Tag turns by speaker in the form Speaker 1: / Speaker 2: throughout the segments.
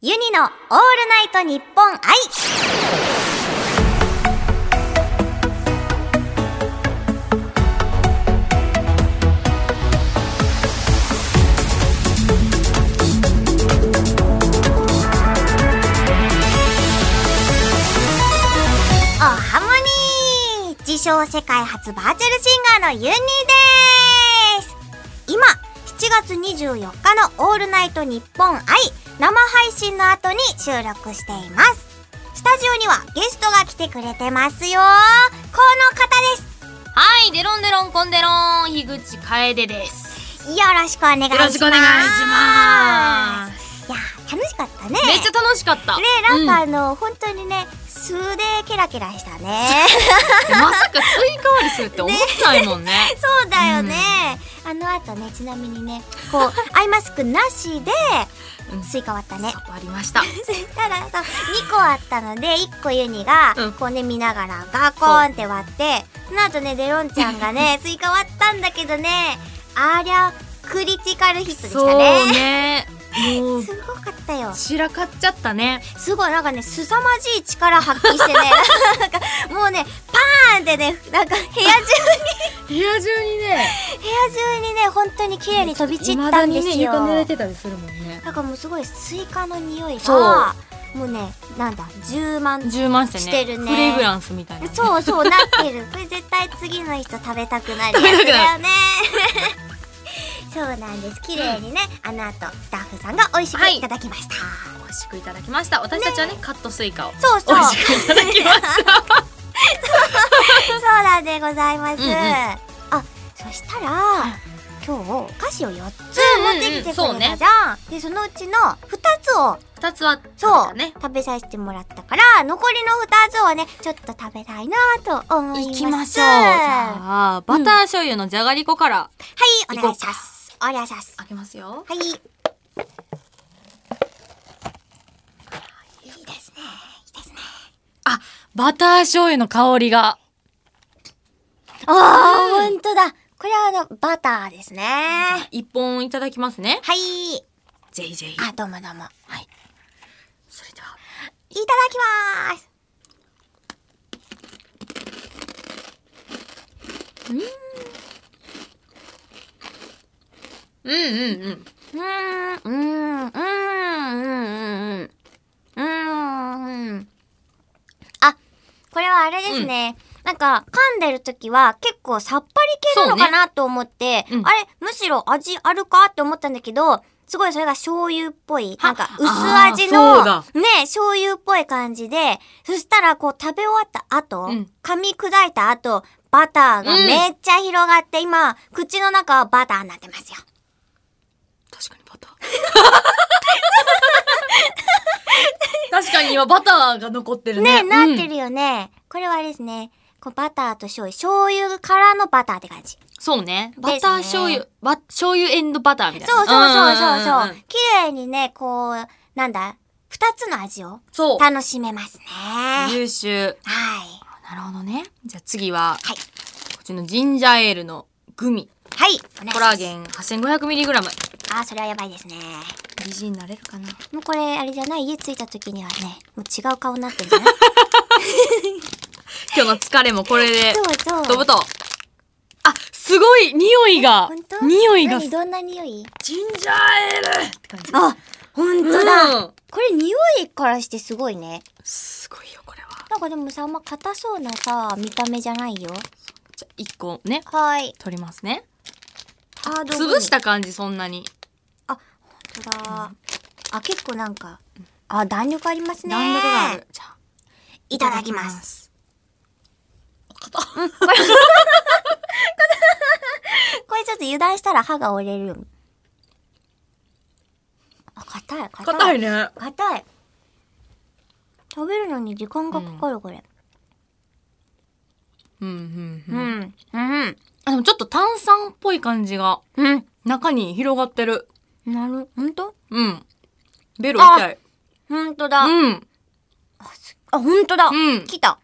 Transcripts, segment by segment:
Speaker 1: ユニのオールナイトニッポン愛おハモニー自称世界初バーチャルシンガーのユニです今7月24日の「オールナイトニッポン愛」生配信の後に収録していますスタジオにはゲストが来てくれてますよこの方です
Speaker 2: はい、デロンデロンコンデロン、樋口楓です。
Speaker 1: よろしくお願いします
Speaker 2: よろしくお願いします
Speaker 1: いやー楽しかったね
Speaker 2: めっちゃ楽しかった。
Speaker 1: ねなんか
Speaker 2: う
Speaker 1: あの、本当にね素でケラケラしたね
Speaker 2: んまさかスイカ割りするって思ってないもんね。
Speaker 1: そうだよね、あの後ねちなみにねこうアイマスクなしで
Speaker 2: うん
Speaker 1: スイカ割ったね
Speaker 2: さあ割りました。
Speaker 1: そしたらさ2個あったので1個ユニが
Speaker 2: うん
Speaker 1: こうね見ながらガコーンって割ってその後ねデロンちゃんが ねスイカ割ったんだけどねありゃクリティカルヒットでし
Speaker 2: そう
Speaker 1: たね
Speaker 2: ね。もう
Speaker 1: すごかったよ
Speaker 2: 散らかっちゃったね。
Speaker 1: すごいなんかね凄まじい力発揮 してねなんかもうねパーンってねなんか部屋 中
Speaker 2: 部屋中にね、
Speaker 1: 部屋中にね本当に綺麗に飛び散った
Speaker 2: だ
Speaker 1: んですよ
Speaker 2: てたりするもんね。
Speaker 1: なんかもうすごいスイカの匂い
Speaker 2: そ
Speaker 1: がもうねなんだ10万
Speaker 2: 充満してね。
Speaker 1: してるね
Speaker 2: フレグランスみたいなね。
Speaker 1: そうそうなってる これ絶対次の人食べたくなるやつ
Speaker 2: 食べたくなる
Speaker 1: だよね そうなんです綺麗にね、あの後スタッフさんが美味しく
Speaker 2: はい
Speaker 1: いただきました、
Speaker 2: 美味しくいただきました。私たちはね、カットスイカを。
Speaker 1: そうそ
Speaker 2: 美
Speaker 1: う
Speaker 2: 味しくいただきま した。
Speaker 1: そうなんでございます、
Speaker 2: うんうん
Speaker 1: あそしたら、今日お菓子を4つ
Speaker 2: うんうん
Speaker 1: 持ってきてくれたじゃん、
Speaker 2: そうね
Speaker 1: でそのうちの2つを
Speaker 2: 二つは、
Speaker 1: そう、
Speaker 2: ね。
Speaker 1: 食べさせてもらったから残りの2つをねちょっと食べたいなと思います
Speaker 2: 行きましょう。じゃあ、バター醤油のじゃがりこから。
Speaker 1: はいお願いし
Speaker 2: 行こう
Speaker 1: ま
Speaker 2: か
Speaker 1: すお願いします
Speaker 2: 開けますよ。
Speaker 1: はい。いいですね。いいですね。
Speaker 2: あ、バター醤油の香りが。
Speaker 1: ああ、ほんとだ。これはあの、バターですね。は
Speaker 2: 一本いただきますね。
Speaker 1: い。
Speaker 2: ぜひぜひ。
Speaker 1: あ、どうもどうも。
Speaker 2: それでは。
Speaker 1: いただきまーす。
Speaker 2: うんうんうん。
Speaker 1: うーん、うーん、うーん、うーん、うーん、うーん。あ、これはあれですね。なんか、噛んでる時は結構さっぱり系なのかなと思って、
Speaker 2: そうねうん
Speaker 1: あれ、むしろ味あるかって思ったんだけど、すごいそれが醤油っぽい、なんか薄味
Speaker 2: あ
Speaker 1: の、
Speaker 2: ーそうだ
Speaker 1: ね、醤油っぽい感じで、そしたらこう食べ終わった後、
Speaker 2: うん
Speaker 1: 噛み砕いた後、バターがめっちゃ広がって、今、口の中はバターになってますよ。
Speaker 2: 確かにバター。確かに今バターが残ってる
Speaker 1: ね
Speaker 2: ね。
Speaker 1: なって
Speaker 2: うん
Speaker 1: るよね。これはあれですね。こうバターと醤油。醤油からのバターって感じ。
Speaker 2: そうね。
Speaker 1: ですね
Speaker 2: バター醤油、ば醤油エンドバターみたいな。
Speaker 1: そうそうそうそうそ
Speaker 2: んん
Speaker 1: う。綺麗にね、こう、なんだ、二つの味を
Speaker 2: そう。
Speaker 1: 楽しめますね。
Speaker 2: そう。優秀。
Speaker 1: はい。
Speaker 2: なるほどね。じゃあ次は、
Speaker 1: はい
Speaker 2: こっちのジンジャーエールのグミ。
Speaker 1: はい。お願いします
Speaker 2: コラーゲン 8500mg。
Speaker 1: あー、それはやばいですね。
Speaker 2: 美人になれるかな
Speaker 1: もうこれ、あれじゃない家着いた時にはね、もう違う顔になってるんじゃない
Speaker 2: 今日の疲れもこれで
Speaker 1: そ。う
Speaker 2: ど
Speaker 1: そう
Speaker 2: ぶ。と。あ、すごい匂いが
Speaker 1: 本当
Speaker 2: 匂いが
Speaker 1: 何どんな匂い
Speaker 2: ジンジャーエールって感じ。
Speaker 1: あ、本当だ、
Speaker 2: うん
Speaker 1: これ匂いからしてすごいね。
Speaker 2: すごいよ、これは。
Speaker 1: なんかでもさ、あんま硬そうなさ、見た目じゃないよ。
Speaker 2: じゃあ、一個ね、
Speaker 1: はーい。
Speaker 2: 取りますね。
Speaker 1: ハードグミ
Speaker 2: 潰した感じ、そんなに。
Speaker 1: あ、本当だ。あ、結構なんか、あ、弾力ありますね。
Speaker 2: 弾力がある。じゃあ、
Speaker 1: いただきます。
Speaker 2: す。
Speaker 1: これちょっと油断したら歯が折れる。あ、硬い、硬い。
Speaker 2: 硬いね。
Speaker 1: 硬い食べるのに時間がかかる、これ。
Speaker 2: うん、う、
Speaker 1: うん
Speaker 2: うん。
Speaker 1: ん。うん。
Speaker 2: あ、でもちょっと炭酸っぽい感じが、
Speaker 1: うん。
Speaker 2: 中に広がってる。
Speaker 1: なる、ほんと
Speaker 2: うん。ベロ痛い。
Speaker 1: ほんとだ。あ、
Speaker 2: うん。
Speaker 1: ほんとだ。
Speaker 2: うん
Speaker 1: 来た。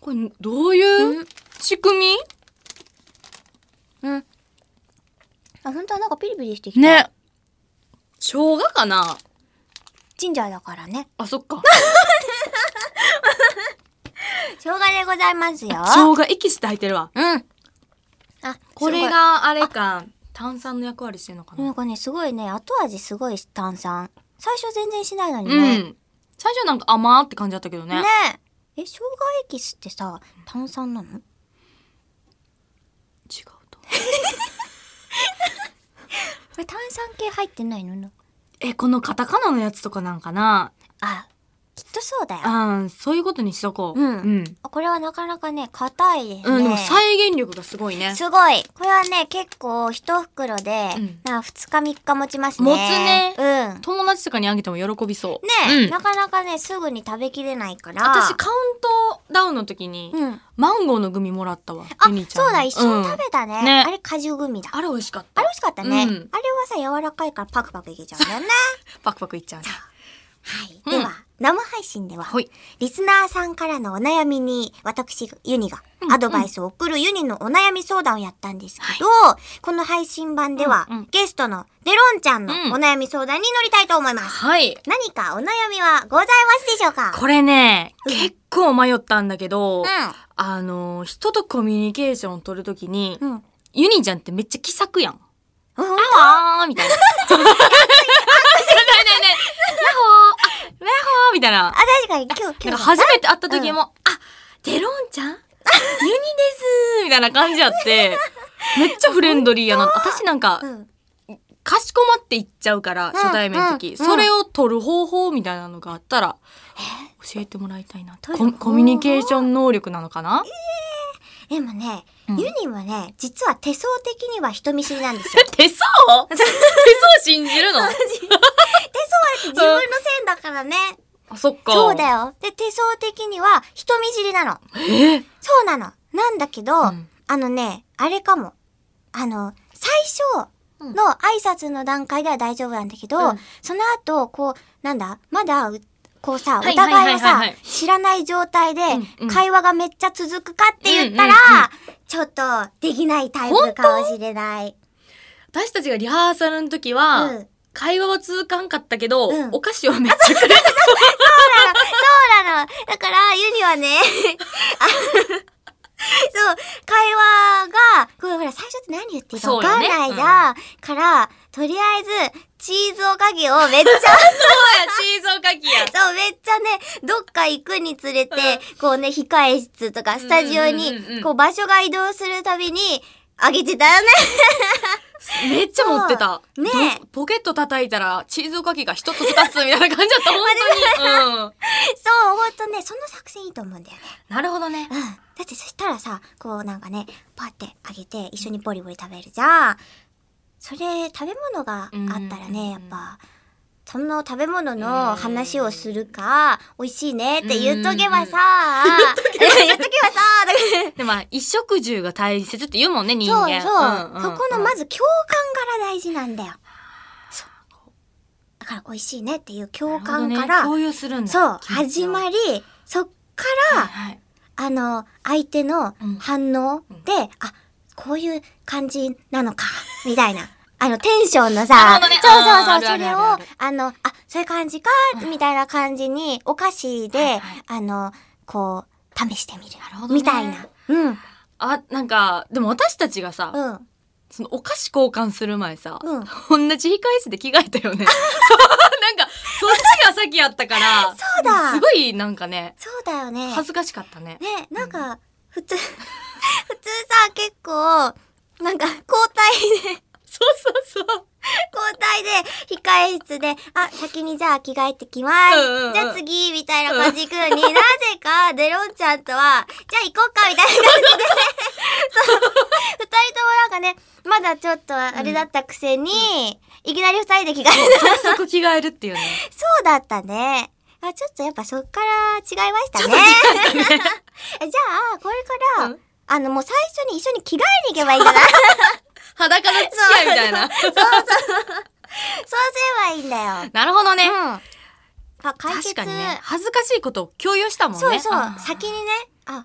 Speaker 2: これ、どういう仕組
Speaker 1: うん。あ、ほんとだ。なんかピリピリしてき
Speaker 2: み
Speaker 1: た。。
Speaker 2: ね。生姜かな
Speaker 1: 神社だからね。
Speaker 2: あ、そっか。
Speaker 1: 生姜でございますよ。
Speaker 2: 生姜エキスって入ってるわ。
Speaker 1: うん。あ、
Speaker 2: これ
Speaker 1: す
Speaker 2: があれか、炭酸の役割してるのか
Speaker 1: ごい。
Speaker 2: な。
Speaker 1: なんかね、すごいね、後味すごい炭酸。最初全然しないのに
Speaker 2: う
Speaker 1: ね。
Speaker 2: ん。最初なんか甘ーって感じだったけどね。
Speaker 1: ねえ。え、生姜エキスってさ、炭酸なの
Speaker 2: 違うと。
Speaker 1: これ炭酸系入ってないの
Speaker 2: え、このカタカナのやつとかなんかな。
Speaker 1: あ、きっとそうだよ。あ
Speaker 2: あーそういうことにしとこう。
Speaker 1: うん
Speaker 2: うん。
Speaker 1: これはなかなかね、硬いですね。
Speaker 2: うん、でも再現力がすごいね。
Speaker 1: すごい。これはね、結構一袋で、
Speaker 2: うん
Speaker 1: な2日3日持ちますね。
Speaker 2: 持つね
Speaker 1: うん。
Speaker 2: 友達とかにあげても喜びそう。
Speaker 1: ね、
Speaker 2: うん
Speaker 1: なかなかね、すぐに食べきれないから。
Speaker 2: 私、カウントダウンの時に、
Speaker 1: うん。
Speaker 2: マンゴーのグミもらったわ。
Speaker 1: あ
Speaker 2: ユニ、ちゃん
Speaker 1: そうだ、一緒に
Speaker 2: うん
Speaker 1: 食べたね。
Speaker 2: ね
Speaker 1: あれ、果汁グミだ。あ
Speaker 2: あれ美味しかっ
Speaker 1: れ
Speaker 2: た
Speaker 1: 美。味しかったね。
Speaker 2: う
Speaker 1: あ
Speaker 2: ん
Speaker 1: れはさ、柔らかいからパクパクいけちゃうんだ よね。
Speaker 2: パクパクいっちゃうね。
Speaker 1: はい。
Speaker 2: うん
Speaker 1: では、生配信では、
Speaker 2: はい。
Speaker 1: リスナーさんからのお悩みに、私、ユニが
Speaker 2: うん
Speaker 1: アドバイスを送るユニのお悩み相談をやったんですけど、この配信版では、
Speaker 2: うんうん
Speaker 1: ゲストのデロンちゃんの
Speaker 2: うん
Speaker 1: お悩み相談に乗りたいと思います。
Speaker 2: はい。
Speaker 1: 何かお悩みはございますでしょうか
Speaker 2: これね、
Speaker 1: うん
Speaker 2: 結構迷ったんだけど、
Speaker 1: う
Speaker 2: あのー、人とコミュニケーションを取るときに、
Speaker 1: ん。うん。
Speaker 2: ユニちゃんってめっちゃ気さくやん。
Speaker 1: ほんま
Speaker 2: あーみたいな。ねえねえねえヤッホーあヤッホーみたいな
Speaker 1: あ、。確かに、今日、
Speaker 2: なん
Speaker 1: 今
Speaker 2: か
Speaker 1: 日。
Speaker 2: 初めて会った時も、あ、デロンちゃんユニですみたいな感じやって、めっちゃフレンドリーやな。私なんか
Speaker 1: う、ん。
Speaker 2: かしこまって言っちゃうから、初対面の
Speaker 1: う
Speaker 2: 時。
Speaker 1: んうん
Speaker 2: それを取る方法みたいなのがあったら、教えてもらいたいなって。
Speaker 1: 取る
Speaker 2: コ
Speaker 1: 方
Speaker 2: ミ
Speaker 1: 法
Speaker 2: コミュニケーション能力なのかな
Speaker 1: でもね、
Speaker 2: うん
Speaker 1: ユニはね、実は手相的には人見知り なんですよ。
Speaker 2: 手相手相信じるの
Speaker 1: 手相 は自分の線だからね。
Speaker 2: あ、そっか。
Speaker 1: そうだ
Speaker 2: よ。
Speaker 1: よ。で、手相的には人見知りなの。
Speaker 2: え
Speaker 1: そうなの。なんだけど、
Speaker 2: うん
Speaker 1: あのね、あれかも。あの、最初の挨拶の段階では大丈夫なんだけど、
Speaker 2: うん
Speaker 1: その後、こう、なんだ、まだう、こうさ、お
Speaker 2: はいはいはいはい
Speaker 1: 互いをさ、知らない状態で
Speaker 2: うんうん、
Speaker 1: 会話がめっちゃ続くかって言ったら、ちょっと、できないタイプかもしれない。
Speaker 2: 私たちがリハーサルの時は、
Speaker 1: うん
Speaker 2: 会話は続かんかったけど、
Speaker 1: うん
Speaker 2: お菓子はめっちゃ くれた。
Speaker 1: そうなの。だから、ユニは ね、あそう、会話が、これほら、最初って何言っていいか分かんないじゃん。から、とりあえず、チーズおかげをめっちゃ、
Speaker 2: チーズおかきや。
Speaker 1: そう、めっちゃね、どっか行くにつれて、こうね、控え室とか、スタジオ
Speaker 2: うんうんうんう
Speaker 1: に、
Speaker 2: ん
Speaker 1: こう、場所が移動するたびに、あげてたよね。
Speaker 2: めっちゃ持ってた。
Speaker 1: そうねえ
Speaker 2: どポケット叩いたら、チーズおかきが一つ二つみたいな感じだった。本 当に。うん。
Speaker 1: そう、ほんとね、その作戦いいと思うんだよね。
Speaker 2: なるほどね
Speaker 1: う。ん。だってそしたらさ、こうなんかね、パってあげて一緒にボリボリ食べるじゃん。それ、食べ物があったら
Speaker 2: うん
Speaker 1: ね、やっぱ、その食べ物の話をするか、美味しいねって言っとけばさ、 言っとけばさ、
Speaker 2: でも、まあ衣食住が大切って言うもんね、人
Speaker 1: そう
Speaker 2: 間。
Speaker 1: そう。そこのま
Speaker 2: ず、
Speaker 1: ず共感から大事なんだよ。そう。だから美味しいねっていう共感か
Speaker 2: なるほどね
Speaker 1: ら、
Speaker 2: 共有するんだ。
Speaker 1: そう、
Speaker 2: 気持ち
Speaker 1: 始
Speaker 2: を
Speaker 1: まり、そっから、
Speaker 2: はい。
Speaker 1: あの、相手の
Speaker 2: うん
Speaker 1: 反応で、あ、こういう感じなのか、 みたいな。あの、テンションの
Speaker 2: な
Speaker 1: さ、
Speaker 2: るほどね
Speaker 1: そう
Speaker 2: あー
Speaker 1: そ
Speaker 2: あ
Speaker 1: う
Speaker 2: る
Speaker 1: そう、そ
Speaker 2: ある
Speaker 1: れ
Speaker 2: あ
Speaker 1: を、
Speaker 2: るあ
Speaker 1: あ
Speaker 2: る
Speaker 1: の、あ、そういう感じか、みたいな感じに、お菓子で、
Speaker 2: はいはい
Speaker 1: あの、こう、試してみる。
Speaker 2: なるほどね
Speaker 1: みたいな。うん、
Speaker 2: あ、なんか、でも私たちがさ、
Speaker 1: うん、
Speaker 2: そのお菓子交換する前さ、
Speaker 1: うん。
Speaker 2: 同じ控室で着替えた よね。なんか、そっちが先やったから、
Speaker 1: そうだ
Speaker 2: すごいなんかね、
Speaker 1: そうだよね。
Speaker 2: 恥ずかしかったね。
Speaker 1: ね、なんか、普通、普通 さ、結構、なんか、交代で、
Speaker 2: そうそうそう。
Speaker 1: 交代で、控え室で、あ、先にじゃあ着替えてきます。
Speaker 2: うんうんうん
Speaker 1: じゃあ次、みたいな感じ行くのに、なぜか、 デロンちゃんとは、じゃあ行こうか、みたいな感じで、そう、二人ともなんかね、まだちょっとあれだったくせに、いきなり二人で着替えた。
Speaker 2: 早速着替えるっていうね。
Speaker 1: そうだったね。あ、ちょっとやっぱそっから違いましたね。え じゃあ、これから、
Speaker 2: うん
Speaker 1: あの、もう最初に一緒に着替えに行けばいいんじゃない
Speaker 2: 裸の付き合いみたい な。
Speaker 1: そうすればいいんだよ。
Speaker 2: なるほどね。
Speaker 1: うん。あ、解決
Speaker 2: 確かにね、恥ずかしいことを共有したもんね。
Speaker 1: そうそう
Speaker 2: あ。ー
Speaker 1: 先にね、あ、共有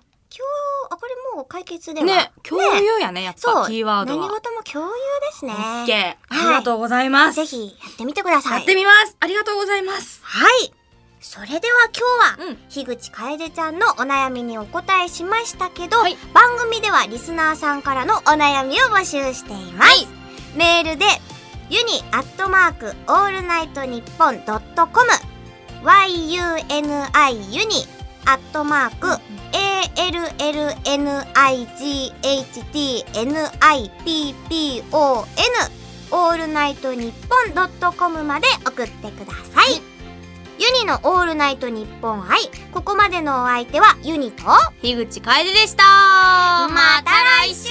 Speaker 1: あこれもう解決では
Speaker 2: ね、共
Speaker 1: ね
Speaker 2: 有やね、やっ
Speaker 1: そ
Speaker 2: ぱ
Speaker 1: う
Speaker 2: キーワード
Speaker 1: 何
Speaker 2: は。
Speaker 1: 事も共有ですね
Speaker 2: オッケー。ありがとうございます。
Speaker 1: ぜひやってみてください
Speaker 2: やってみます。ありがとうございます。
Speaker 1: はいそれでは今日は、
Speaker 2: うん
Speaker 1: 樋口楓ちゃんのお悩みにお答えしましたけど、
Speaker 2: はい
Speaker 1: 番組ではリスナーさんからのお悩みを募集しています、メールでユニアットマークオールナイトニッポンドットコム YUNI ユニアットマーク ALLNIGHTNIPPON オールナイトニッポンドットコムまで送ってください、ユニのオールナイトニッポン愛ここまでのお相手はユニと
Speaker 2: 樋口楓でした。ま
Speaker 1: た来週